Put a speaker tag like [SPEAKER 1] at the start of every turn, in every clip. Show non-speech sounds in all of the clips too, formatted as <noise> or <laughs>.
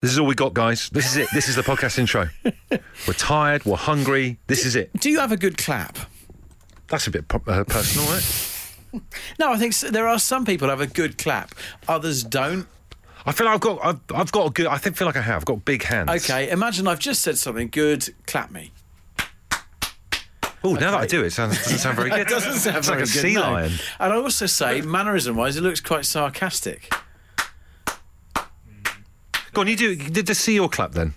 [SPEAKER 1] This is all we got, guys. This is it. This is the podcast
[SPEAKER 2] <laughs>
[SPEAKER 1] intro. We're tired. We're hungry. This is it.
[SPEAKER 2] Do you have a good clap?
[SPEAKER 1] That's a bit po- uh, personal, right?
[SPEAKER 2] No, I think s there are some people have a good clap, others don't.
[SPEAKER 1] I feel I've got. I've, I've got a good. I think feel like I have. I've got big hands.
[SPEAKER 2] Okay, imagine I've just said something good, clap me.
[SPEAKER 1] Oh, now that I do it, it sounds, doesn't sound
[SPEAKER 2] <laughs>
[SPEAKER 1] very good.
[SPEAKER 2] It doesn't sound
[SPEAKER 1] it's
[SPEAKER 2] very
[SPEAKER 1] like a
[SPEAKER 2] good,
[SPEAKER 1] sea
[SPEAKER 2] no.
[SPEAKER 1] lion.
[SPEAKER 2] And I also say, mannerism wise, it looks quite sarcastic.
[SPEAKER 1] Go on, you do. Did the sea or clap then?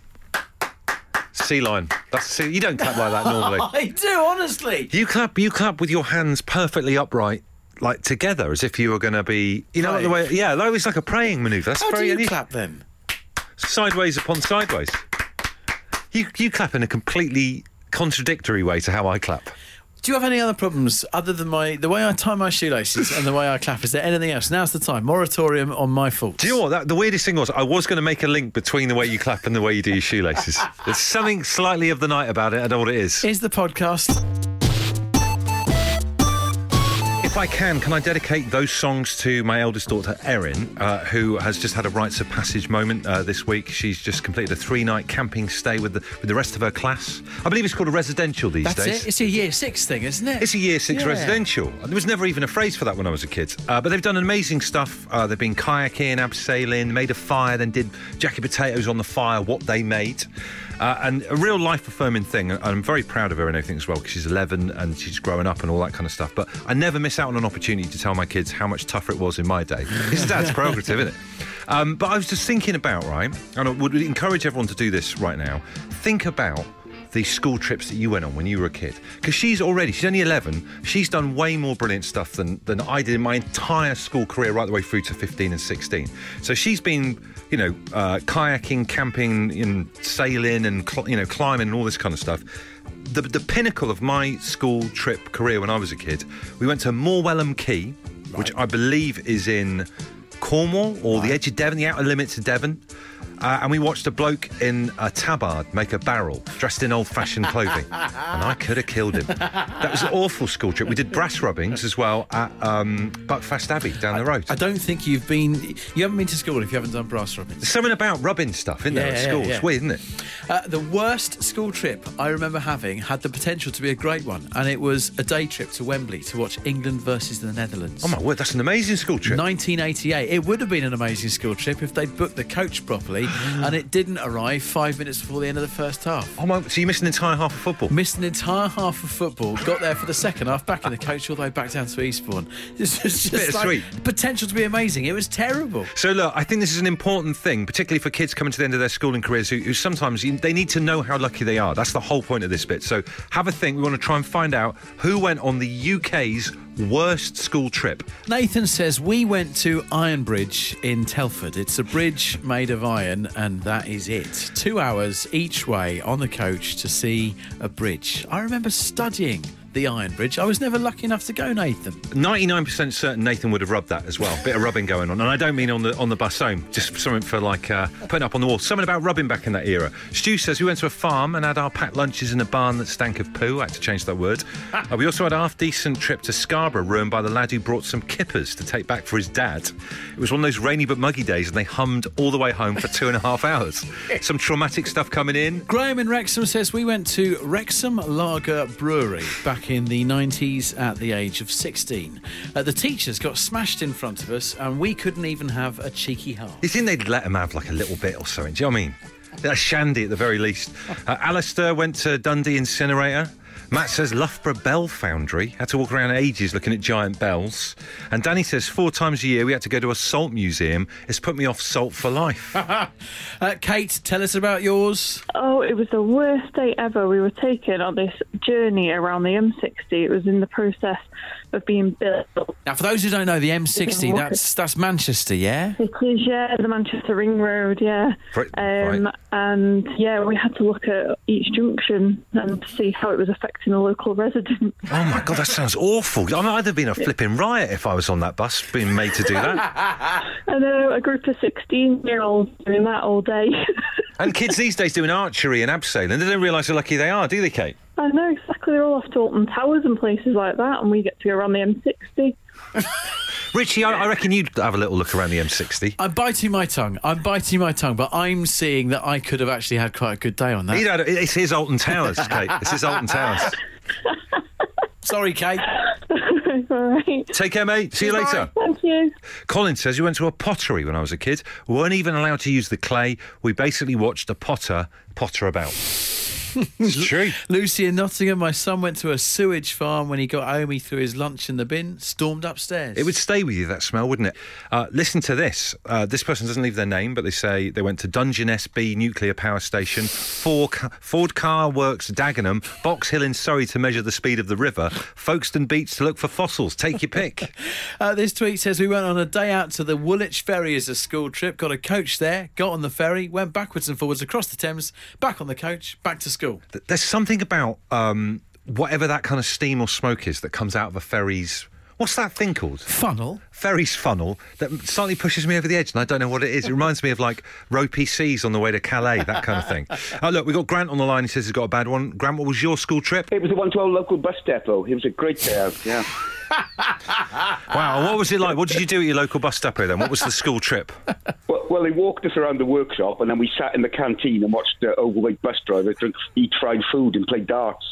[SPEAKER 1] Sea lion. That's sea, you don't clap like that normally.
[SPEAKER 2] <laughs> I do, honestly.
[SPEAKER 1] You clap. You clap with your hands perfectly upright, like together, as if you were going to be. You know like the way. Yeah, like, it's like a praying maneuver. That's
[SPEAKER 2] How
[SPEAKER 1] very
[SPEAKER 2] do you
[SPEAKER 1] unusual.
[SPEAKER 2] clap then?
[SPEAKER 1] sideways upon sideways. You you clap in a completely contradictory way to how I clap.
[SPEAKER 2] Do you have any other problems other than my the way I tie my shoelaces and the way I clap? Is there anything else? Now's the time. Moratorium on my fault.
[SPEAKER 1] Do you know what? That, the weirdest thing was I was going to make a link between the way you clap and the way you do your shoelaces. There's something slightly of the night about it. I don't know what it is.
[SPEAKER 2] Is the podcast?
[SPEAKER 1] If I can, can I dedicate those songs to my eldest daughter Erin, uh, who has just had a rites of passage moment uh, this week. She's just completed a three-night camping stay with the with the rest of her class. I believe it's called a residential these
[SPEAKER 2] That's
[SPEAKER 1] days.
[SPEAKER 2] it. It's a year six thing, isn't it?
[SPEAKER 1] It's a year six
[SPEAKER 2] Yeah.
[SPEAKER 1] residential. There was never even a phrase for that when I was a kid. Uh, but they've done amazing stuff. Uh, they've been kayaking, abseiling, made a fire, then did Jackie Potatoes on the fire, what they made. Uh, and a real life affirming thing. And I'm very proud of her and everything as well because she's 11 and she's growing up and all that kind of stuff. But I never miss out on an opportunity to tell my kids how much tougher it was in my day. It's dad's prerogative, isn't it? Um, but I was just thinking about, right, and I would encourage everyone to do this right now. Think about the school trips that you went on when you were a kid because she's already she's only 11 she's done way more brilliant stuff than than i did in my entire school career right the way through to 15 and 16 so she's been you know uh, kayaking camping and sailing and cl- you know climbing and all this kind of stuff the, the pinnacle of my school trip career when i was a kid we went to morwellum key which i believe is in cornwall or the edge of devon the outer limits of devon uh, and we watched a bloke in a tabard make a barrel dressed in old
[SPEAKER 2] <laughs>
[SPEAKER 1] fashioned clothing. and I could have killed him. That was an awful school trip. We did brass rubbings as well at um, Buckfast Abbey down the road.
[SPEAKER 2] I don't think you've been. You haven't been to school if you haven't done brass rubbing.
[SPEAKER 1] There's something about rubbing stuff, isn't there,
[SPEAKER 2] Yeah,
[SPEAKER 1] at
[SPEAKER 2] yeah,
[SPEAKER 1] school?
[SPEAKER 2] yeah.
[SPEAKER 1] It's weird, isn't it?
[SPEAKER 2] Uh, the worst school trip I remember having had the potential to be a great one, and it was a day trip to Wembley to watch England versus the Netherlands.
[SPEAKER 1] Oh my word, that's an amazing school trip.
[SPEAKER 2] 1988. It would have been an amazing school trip if they'd booked the
[SPEAKER 1] <gasps>
[SPEAKER 2] coach properly, and it didn't arrive five minutes before the end of the first half.
[SPEAKER 1] Oh my, so you missed an entire half of football.
[SPEAKER 2] Missed an entire half of football, got there for the second half, back in the coach all the way back down to Eastbourne. <laughs> This was just like,
[SPEAKER 1] Bittersweet.
[SPEAKER 2] potential to be amazing. It was terrible.
[SPEAKER 1] So look, I think this is an important thing, particularly for kids coming to the end of their schooling careers, who, who sometimes you- they need to know how lucky they are. That's the whole point of this bit. So have a think. We want to try and find out who went on the UK's worst school trip.
[SPEAKER 2] Nathan says we went to Iron Bridge in Telford. It's a bridge made of iron, and that is it. Two hours each way on the coach to see a bridge. I remember studying the Iron Bridge. I was never lucky enough to go, Nathan.
[SPEAKER 1] 99% certain Nathan would have rubbed that as well. Bit of rubbing going on. And I don't mean on the on the bus home, just something for like uh, putting up on the wall. Something about rubbing back in that era. Stu says we went to a farm and had our packed lunches in a barn that stank of poo. I had to change that word. Uh, we also had a half decent trip to Scarborough, ruined by the lad who brought some kippers to take back for his dad. It was one of those rainy but muggy days and they hummed all the way home for two and a half hours. Some traumatic stuff coming in.
[SPEAKER 2] Graham in Wrexham says we went to Wrexham Lager Brewery back in the 90s at the age of 16. Uh, the teachers got smashed in front of us, and we couldn't even have a cheeky half.
[SPEAKER 1] You think they'd let him have like a little bit or something? Do you know what I mean? A shandy at the very least. Uh, Alistair went to Dundee Incinerator. Matt says Loughborough Bell Foundry. Had to walk around ages looking at giant bells. And Danny says four times a year we had to go to a salt museum. It's put me off salt for life. Oh
[SPEAKER 2] Uh, Kate, tell us about yours.
[SPEAKER 3] Oh, it was the worst day ever. We were taken on this journey around the M60. It was in the process of being built.
[SPEAKER 2] Now, for those who don't know, the M60, that's that's Manchester, yeah?
[SPEAKER 3] It is, yeah, the Manchester Ring Road, yeah.
[SPEAKER 1] Right,
[SPEAKER 3] Um,
[SPEAKER 1] right.
[SPEAKER 3] And yeah, we had to look at each junction and see how it was affecting the local <laughs> residents.
[SPEAKER 1] oh my God, that sounds awful. I mean, I'd have been a flipping riot if I was on that bus being made to do that.
[SPEAKER 3] I know a group of 16 year olds doing that all day. <laughs>
[SPEAKER 1] and kids these days doing archery and abseiling. They don't realise how lucky they are, do they, Kate?
[SPEAKER 3] I know exactly. They're all off to Alton Towers and places like that, and we get to go around the M60.
[SPEAKER 1] Richie, I, I reckon you'd have a little look around the M60.
[SPEAKER 2] I'm biting my tongue. I'm biting my tongue, but I'm seeing that I could have actually had quite a good day on that.
[SPEAKER 1] You know, it's his Alton Towers, Kate. It's his Alton Towers.
[SPEAKER 2] Sorry, Kate.
[SPEAKER 3] <laughs> All right.
[SPEAKER 1] Take care, mate. See you later.
[SPEAKER 3] Thank you.
[SPEAKER 1] Colin says he went to a pottery when I was a kid. We weren't even allowed to use the clay. We basically watched a potter potter about. it's true.
[SPEAKER 2] Lucy in Nottingham, my son went to a sewage farm. When he got home, he threw his lunch in the bin, stormed upstairs.
[SPEAKER 1] It would stay with you, that smell, wouldn't it? Uh, listen to this. Uh, this person doesn't leave their name, but they say they went to Dungeness B nuclear power station, Ford, Ford Car Works Dagenham, Box Hill in Surrey to measure the speed of the river, Folkestone Beach to look for fossils. Take your pick.
[SPEAKER 2] Uh, this tweet says we went on a day out to the Woolwich Ferry as a school trip, got a coach there, got on the ferry, went backwards and forwards across the Thames, back on the coach, back to school.
[SPEAKER 1] Th- There's something about um, whatever that kind of steam or smoke is that comes out of a ferry's. What's that thing called?
[SPEAKER 2] Funnel.
[SPEAKER 1] ferry's funnel that slightly pushes me over the edge, and I don't know what it is. It reminds me of like ropey seas on the way to Calais, that kind of thing. Oh, look, we've got Grant on the line. He says he's got a bad one. Grant, what was your school trip?
[SPEAKER 4] It was the one to our local bus depot. It was a great day out, yeah.
[SPEAKER 1] Wow, what was it like? What did you do at your local bus depot then? What was the school trip?
[SPEAKER 4] Well, well, they walked us around the workshop, and then we sat in the canteen and watched the overweight bus driver drink, eat fried food and play darts.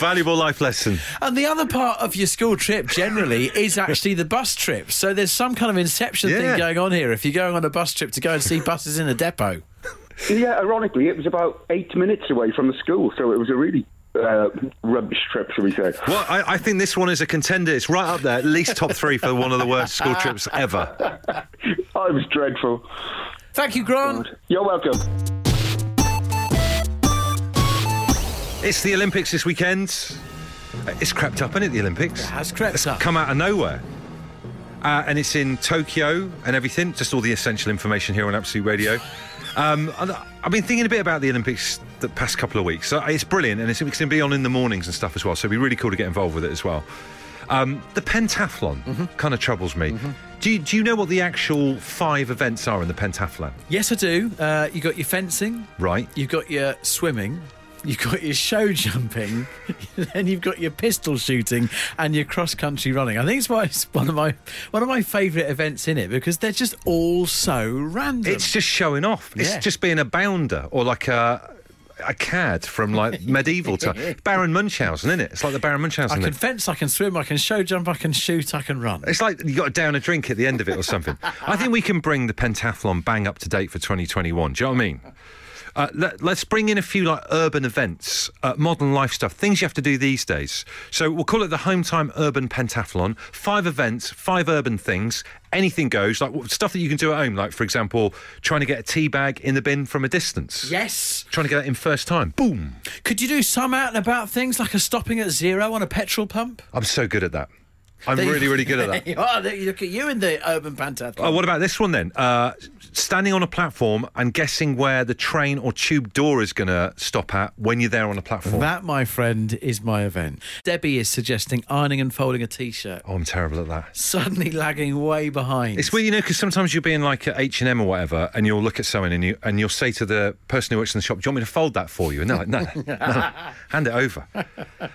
[SPEAKER 1] Valuable life lesson.
[SPEAKER 2] And the other part of your school trip generally is actually the bus trip. So there's some kind of inception
[SPEAKER 1] Yeah.
[SPEAKER 2] thing going on here if you're going on a bus trip to go and see buses in a depot.
[SPEAKER 4] yeah, ironically, it was about eight minutes away from the school, so it was a really uh, rubbish trip, shall we say.
[SPEAKER 1] Well, I, I think this one is a contender. It's right up there, at least top three for one of the worst school trips ever.
[SPEAKER 4] Oh, it was dreadful.
[SPEAKER 2] Thank you, Grant.
[SPEAKER 4] You're welcome.
[SPEAKER 1] It's the Olympics this weekend. Uh, It's crept up, isn't it, the Olympics?
[SPEAKER 2] Has crept up.
[SPEAKER 1] come out of nowhere. Uh, and it's in Tokyo and everything. Just all the essential information here on Absolute Radio. Um, and I've been thinking a bit about the Olympics the past couple of weeks. So it's brilliant, and it's, it's going to be on in the mornings and stuff as well. So it'd be really cool to get involved with it as well. Um, the pentathlon
[SPEAKER 2] Mm-hmm.
[SPEAKER 1] kind of troubles me. Do, you, do you know what the actual five events are in the pentathlon?
[SPEAKER 2] Yes, I do. Uh, you got your fencing,
[SPEAKER 1] Right.
[SPEAKER 2] you've got your swimming, you've got your show jumping, <laughs> then you've got your pistol shooting and your cross country running. I think it's, why it's one of my one of my favourite events in it because they're just all so random.
[SPEAKER 1] It's just showing off. It's
[SPEAKER 2] Yeah.
[SPEAKER 1] just being a bounder or like a a cad from like medieval
[SPEAKER 2] <laughs>
[SPEAKER 1] time. Baron Munchausen, isn't it? It's like the Baron
[SPEAKER 2] I
[SPEAKER 1] Munchausen. thing.
[SPEAKER 2] can fence, I can swim, I can show jump, I can shoot, I can run.
[SPEAKER 1] It's like you got to down a drink at the end of it or something. I think we can bring the pentathlon bang up to date for 2021. Do you know what I mean? Uh, let, us bring in a few like urban events, uh, modern life stuff, things you have to do these days. So we'll call it the Home Time Urban Pentathlon. Five events, five urban things. Anything goes, like stuff that you can do at home. Like for example, trying to get a tea bag in the bin from a distance.
[SPEAKER 2] Yes.
[SPEAKER 1] Trying to get that in first time. Boom!
[SPEAKER 2] Could you do some out and about things like a stopping at zero on a petrol pump?
[SPEAKER 1] I'm so good at that. I'm
[SPEAKER 2] There you-
[SPEAKER 1] really, really good
[SPEAKER 2] <laughs>
[SPEAKER 1] at that.
[SPEAKER 2] you are. there- you Look at you in the urban pentathlon.
[SPEAKER 1] Oh, what about this one then? Uh, standing on a platform and guessing where the train or tube door is going to stop at when you're there on the platform.
[SPEAKER 2] That, my friend, is my event. Debbie is suggesting ironing and folding a t-shirt.
[SPEAKER 1] oh, I'm terrible at that.
[SPEAKER 2] Suddenly lagging way behind.
[SPEAKER 1] It's weird, you know, because sometimes you'll be in like at H and M or whatever, and you'll look at someone and you and you'll say to the person who works in the shop, "Do you want me to fold that for you?" And they're like, "No, no, hand it over."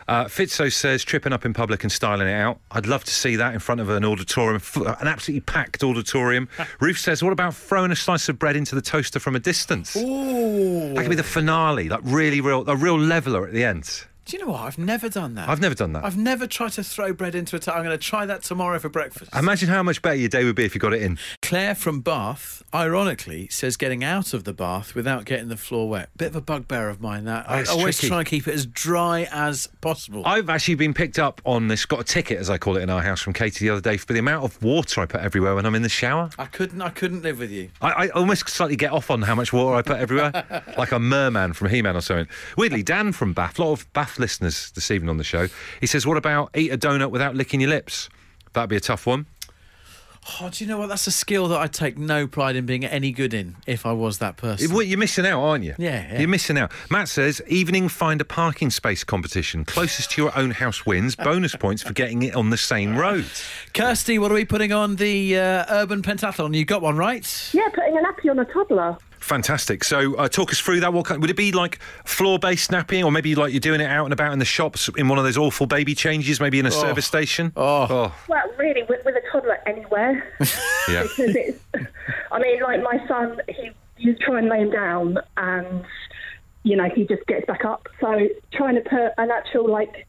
[SPEAKER 1] Uh, Fitzo says, "Tripping up in public and styling it out. I'd love to see that in front of an auditorium, f- an absolutely packed auditorium." Roof says, "What about throwing a slice of bread into the toaster from a distance?" That could be the finale, like really real, a real leveler at the end.
[SPEAKER 2] Do you know what? I've never done that.
[SPEAKER 1] I've never done that.
[SPEAKER 2] I've never tried to throw bread into a towel. I'm going to try that tomorrow for breakfast.
[SPEAKER 1] Imagine how much better your day would be if you got it in.
[SPEAKER 2] Claire from Bath, ironically, says getting out of the bath without getting the floor wet. Bit of a bugbear of mine, that. I
[SPEAKER 1] That's
[SPEAKER 2] always
[SPEAKER 1] tricky.
[SPEAKER 2] try and keep it as dry as possible.
[SPEAKER 1] I've actually been picked up on this, got a ticket, as I call it in our house, from Katie the other day for the amount of water I put everywhere when I'm in the shower.
[SPEAKER 2] I couldn't. I couldn't live with you.
[SPEAKER 1] I, I almost slightly get off on how much water I put
[SPEAKER 2] <laughs>
[SPEAKER 1] everywhere, like a merman from He Man or something. Weirdly, Dan from Bath, a lot of Bath listeners this evening on the show, he says, What about eat a donut without licking your lips? That'd be a tough one.
[SPEAKER 2] Oh, do you know what? That's a skill that I take no pride in being any good in. If I was that person,
[SPEAKER 1] It- well, You're missing out, aren't you?
[SPEAKER 2] Yeah, yeah.
[SPEAKER 1] You're missing out. Matt says, evening find a parking space competition. Closest to your own house wins. Bonus points for getting it on the same road.
[SPEAKER 2] Kirsty, what are we putting on the uh, urban pentathlon? You got one right.
[SPEAKER 5] Yeah, putting an appy on a toddler.
[SPEAKER 1] Fantastic. So, uh, talk us through that. What kind, would it be like floor-based napping, or maybe like you're doing it out and about in the shops in one of those awful baby changes, maybe in a service station?
[SPEAKER 2] Oh.
[SPEAKER 5] Well, really, with, with a toddler anywhere. <laughs>
[SPEAKER 1] yeah.
[SPEAKER 5] because it's, I mean, like my son, he you try and lay him down, and you know he just gets back up. So trying to put an actual like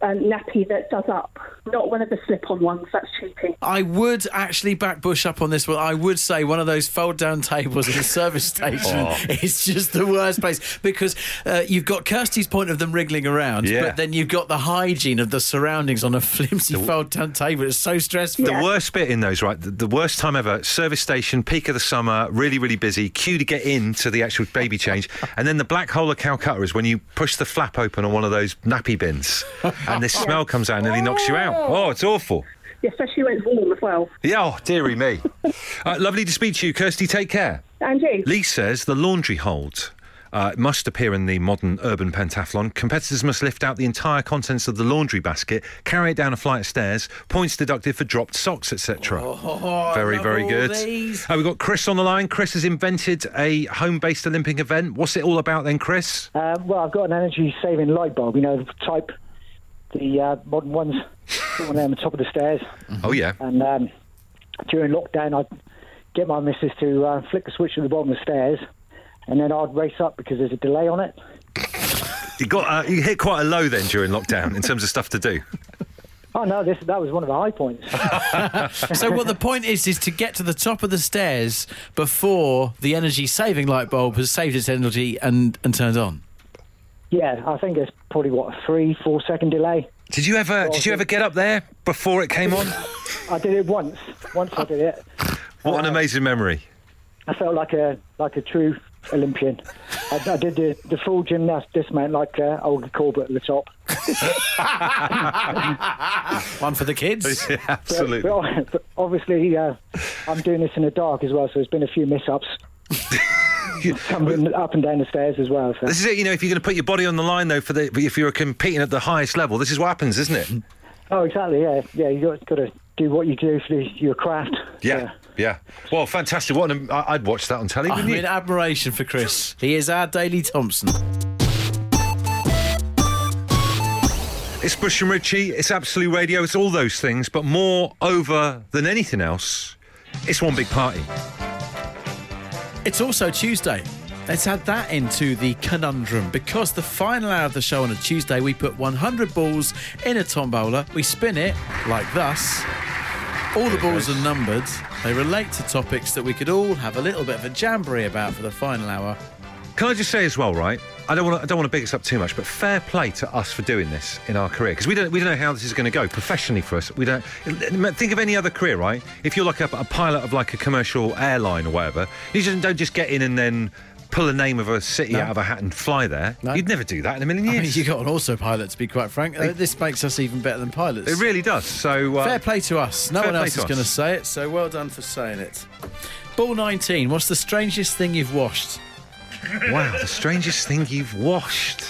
[SPEAKER 5] um, nappy that does up, not one of the slip-on ones. That's cheating.
[SPEAKER 2] I would actually back Bush up on this one. I would say one of those fold down tables at a service station
[SPEAKER 1] Oh.
[SPEAKER 2] is just the worst place because uh, you've got Kirsty's point of them wriggling around,
[SPEAKER 1] Yeah.
[SPEAKER 2] but then you've got the hygiene of the surroundings on a flimsy fold down table. It's so stressful.
[SPEAKER 1] The worst bit in those, right? The, the worst time ever. Service station, peak of the summer, really, really busy. Queue to get in to the actual baby change, and then the black hole of Calcutta is when you push the flap open on one of those nappy bins, and this smell comes out and nearly knocks you out. Oh, it's awful.
[SPEAKER 5] Yeah, especially when it's warm as well.
[SPEAKER 1] Yeah, oh, dearie me. uh, lovely to speak to you, Kirsty. Take care.
[SPEAKER 5] And you?
[SPEAKER 1] Lee says the laundry hold. Uh, must appear in the modern urban pentathlon. Competitors must lift out the entire contents of the laundry basket, carry it down a flight of stairs, points deducted for dropped socks, etc. very,
[SPEAKER 2] Oh, love
[SPEAKER 1] very
[SPEAKER 2] all
[SPEAKER 1] good.
[SPEAKER 2] these.
[SPEAKER 1] Uh, we've got Chris on the line. Chris has invented a home based Olympic event. What's it all about then, Chris?
[SPEAKER 6] Um, well, I've got an energy saving light bulb, you know, the type, the uh, modern ones, the one on the top of the stairs.
[SPEAKER 1] Oh, yeah.
[SPEAKER 6] And um, during lockdown, I'd get my missus to uh, flick the switch at the bottom of the stairs, and then I'd race up because there's a delay on it.
[SPEAKER 1] You, got, uh, you hit quite a low then during lockdown in terms of stuff to do.
[SPEAKER 6] Oh, no, this, that was one of the high points.
[SPEAKER 2] so what the point is is to get to the top of the stairs before the energy saving light bulb has saved its energy and, and turned on.
[SPEAKER 6] yeah, I think it's probably, what, a three, four second delay?
[SPEAKER 1] <laughs> Did you ever? Did you ever get up there before it came on?
[SPEAKER 6] I did it once. Once I did it,
[SPEAKER 1] What an amazing memory! <laughs>
[SPEAKER 6] I felt like a like a true Olympian. I, I did the, the full gymnast dismount like uh, Olga Corbett at the top.
[SPEAKER 2] One for the kids.
[SPEAKER 1] Yeah, absolutely.
[SPEAKER 6] But, but <laughs> obviously, uh, I'm doing this in the dark as well, so there's been a few miss-ups. Coming up and down the stairs as well. So.
[SPEAKER 1] This is it. You know, if you're going to put your body on the line, though, for the if you're competing at the highest level, this is what happens, isn't it?
[SPEAKER 6] Oh, exactly. Yeah, yeah. You got got to do what you do for the, your craft.
[SPEAKER 1] Yeah, yeah. Well, fantastic. What an, I- I'd watch that on telly.
[SPEAKER 2] I'm
[SPEAKER 1] Wouldn't
[SPEAKER 2] in
[SPEAKER 1] you?
[SPEAKER 2] admiration for Chris. He is our Daily Thompson.
[SPEAKER 1] It's Bush and Ritchie. It's Absolute Radio. It's all those things, but more over than anything else, it's one big party.
[SPEAKER 2] It's also Tuesday. Let's add that into the conundrum because the final hour of the show on a Tuesday, we put 100 balls in a tombola, we spin it like thus. All the balls are numbered, they relate to topics that we could all have a little bit of a jamboree about for the final hour.
[SPEAKER 1] Can I just say as well, right? I don't want to, I don't want to big us up too much, but fair play to us for doing this in our career because we don't we don't know how this is going to go professionally for us. We don't think of any other career, right? If you're like a, a pilot of like a commercial airline or whatever, you just don't just get in and then pull a name of a city out of a hat and fly there.
[SPEAKER 2] No.
[SPEAKER 1] You'd never do that in a million
[SPEAKER 2] I
[SPEAKER 1] years.
[SPEAKER 2] mean, you got an autopilot, to be quite frank. Uh, this makes us even better than pilots.
[SPEAKER 1] it really does. So uh,
[SPEAKER 2] Fair play to us. No
[SPEAKER 1] fair
[SPEAKER 2] one
[SPEAKER 1] play
[SPEAKER 2] else
[SPEAKER 1] to
[SPEAKER 2] is
[SPEAKER 1] us.
[SPEAKER 2] going to say it, so well done for saying it. Ball 19, what's the strangest thing you've washed?
[SPEAKER 1] Wow, the strangest thing you've washed.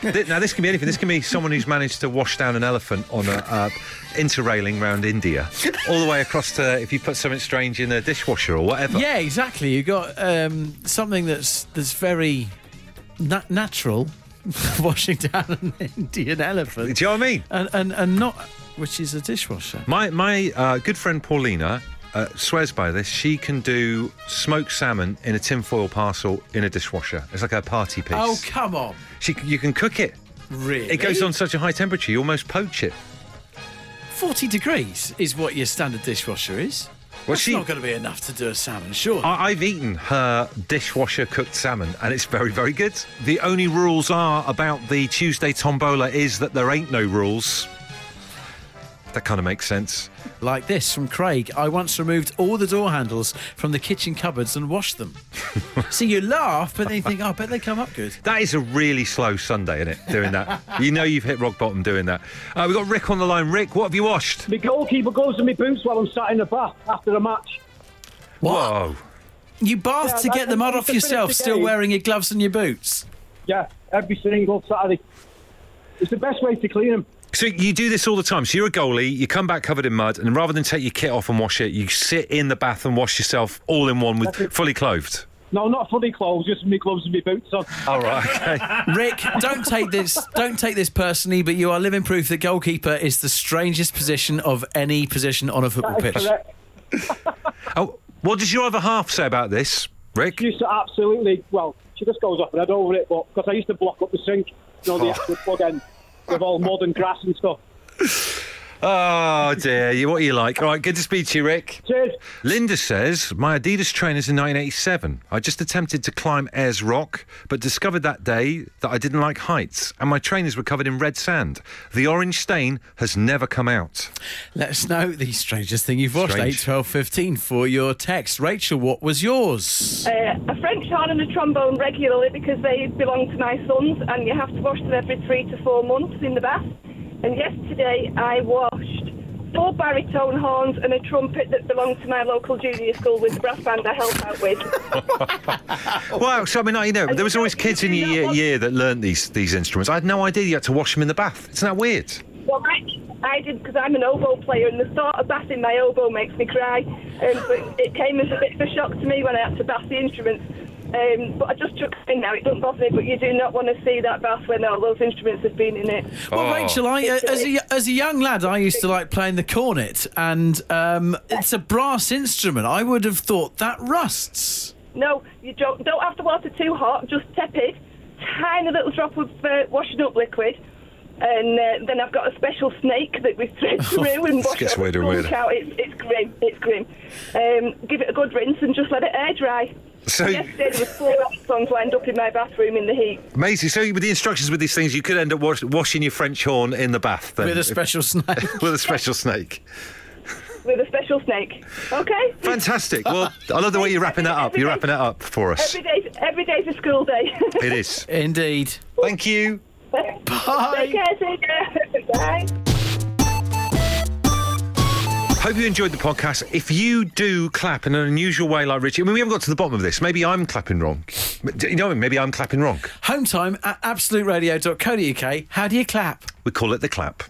[SPEAKER 1] Th- Now this can be anything. This can be someone who's managed to wash down an elephant on a uh, interrailing round India, all the way across to if you put something strange in a dishwasher or whatever.
[SPEAKER 2] Yeah, exactly. You got um, something that's that's very na- natural, <laughs> washing down an <laughs> Indian
[SPEAKER 1] Do
[SPEAKER 2] elephant,
[SPEAKER 1] you know what I mean?
[SPEAKER 2] and and, and not which is a dishwasher.
[SPEAKER 1] My my uh, good friend Paulina uh, swears by this. She can do smoked salmon in a tinfoil parcel in a dishwasher. It's like a party piece.
[SPEAKER 2] Oh come on,
[SPEAKER 1] She c- you can cook it.
[SPEAKER 2] really?
[SPEAKER 1] It goes on such a high temperature, you almost poach it.
[SPEAKER 2] forty degrees is what your standard dishwasher is.
[SPEAKER 1] Well,
[SPEAKER 2] that's
[SPEAKER 1] she-
[SPEAKER 2] not going to be enough to do a salmon, sure.
[SPEAKER 1] I- I've eaten her dishwasher cooked salmon, and it's very, very good. The only rules are about the Tuesday tombola is that there ain't no rules. That kind of makes sense.
[SPEAKER 2] Like this from Craig. I once removed all the door handles from the kitchen cupboards and washed them. See, you laugh, but then you think, oh, I bet they come up good.
[SPEAKER 1] That is a really slow Sunday, isn't it? Doing that, you know you've hit rock bottom doing that. Uh, we've got Rick on the line. Rick, what have you washed?
[SPEAKER 7] The goalkeeper goes in my boots while I'm sat in the bath after a match.
[SPEAKER 1] Whoa!
[SPEAKER 2] You bathed to
[SPEAKER 7] Yeah,
[SPEAKER 2] get the mud
[SPEAKER 7] that's-
[SPEAKER 2] off
[SPEAKER 7] that's a bit
[SPEAKER 2] yourself,
[SPEAKER 7] of
[SPEAKER 2] still
[SPEAKER 7] decay.
[SPEAKER 2] wearing your gloves and your boots.
[SPEAKER 7] Yeah, every single Saturday. It's the best way to clean them.
[SPEAKER 1] So you do this all the time. So you're a goalie. You come back covered in mud, and rather than take your kit off and wash it, you sit in the bath and wash yourself all in one with fully clothed.
[SPEAKER 7] No, not funny clothes, just my gloves and my boots on.
[SPEAKER 1] All right. Okay.
[SPEAKER 2] Rick, don't take this don't take this personally, but you are living proof that goalkeeper is the strangest position of any position on a football pitch.
[SPEAKER 7] Correct.
[SPEAKER 1] Oh, what does your other half say about this, Rick?
[SPEAKER 7] She used to absolutely, well, she just goes off and head over it, but because I used to block up the sink, you know, the actual plug end with all mud and grass and stuff.
[SPEAKER 1] Oh dear, you what are you like? All right, good to speak to you, Rick.
[SPEAKER 7] Cheers.
[SPEAKER 1] Linda says, My Adidas trainers in 1987. I just attempted to climb Ayers Rock, but discovered that day that I didn't like heights, and my trainers were covered in red sand. The orange stain has never come out.
[SPEAKER 2] Let us know the strangest thing you've watched.
[SPEAKER 1] Strange.
[SPEAKER 2] Eight twelve fifteen for your text. Rachel, what was yours?
[SPEAKER 5] Uh, a French horn and a trombone regularly because they belong to my sons, and you have to wash them every three to four months in the bath. And yesterday I washed four baritone horns and a trumpet that belonged to my local junior school with the brass band I help out with.
[SPEAKER 1] Well, so I mean, I- you know, there was always kids in your year, year that learned these these instruments. I had no idea you had to wash them in the bath. Isn't that weird?
[SPEAKER 5] well, I, I did because I'm an oboe player, and the thought of bathing my oboe makes me cry. Um, but it came as a bit of a shock to me when I had to bath the instruments. Um, but I just took it in now. It doesn't bother me, but you do not want to see that bath when all those instruments have been in it.
[SPEAKER 2] Well,
[SPEAKER 1] Oh.
[SPEAKER 2] Rachel, I, uh, as, a, as a young lad, I used to like playing the cornet, and um, it's a brass instrument. I would have thought that rusts.
[SPEAKER 5] No, you don't. Don't have the water too hot. Just tepid, tiny little drop of uh, washing up liquid, and uh, then I've got a special snake that we
[SPEAKER 1] <laughs>
[SPEAKER 5] thread through and wash
[SPEAKER 1] gets
[SPEAKER 5] every
[SPEAKER 1] weirder and
[SPEAKER 5] sponge
[SPEAKER 1] weirder.
[SPEAKER 5] out. It's, it's grim. It's grim. Um, give it a good rinse and just let it air dry.
[SPEAKER 1] So-
[SPEAKER 5] yesterday there was
[SPEAKER 1] <laughs>
[SPEAKER 5] four songs lined up in my bathroom in the heat.
[SPEAKER 1] Amazing. So with the instructions with these things, you could end up wash, washing your French horn in the bath then,
[SPEAKER 2] With
[SPEAKER 1] <laughs>
[SPEAKER 2] a special <laughs> snake.
[SPEAKER 1] with a special snake.
[SPEAKER 5] <laughs> with a special snake. Okay.
[SPEAKER 1] Fantastic. Well, I love the way you're wrapping that up. You're wrapping that up for us.
[SPEAKER 5] Every day, every day's a school day. <laughs>
[SPEAKER 1] It is.
[SPEAKER 2] Indeed.
[SPEAKER 1] Thank you.
[SPEAKER 5] Take care, take care. <laughs> Bye.
[SPEAKER 1] Hope you enjoyed the podcast. If you do clap in an unusual way, like Richie, I mean, we haven't got to the bottom of this. Maybe I'm clapping wrong. But, You know, what I mean? maybe I'm clapping wrong.
[SPEAKER 2] Home time at absoluteradio.co.uk. How do you clap?
[SPEAKER 1] We call it the clap.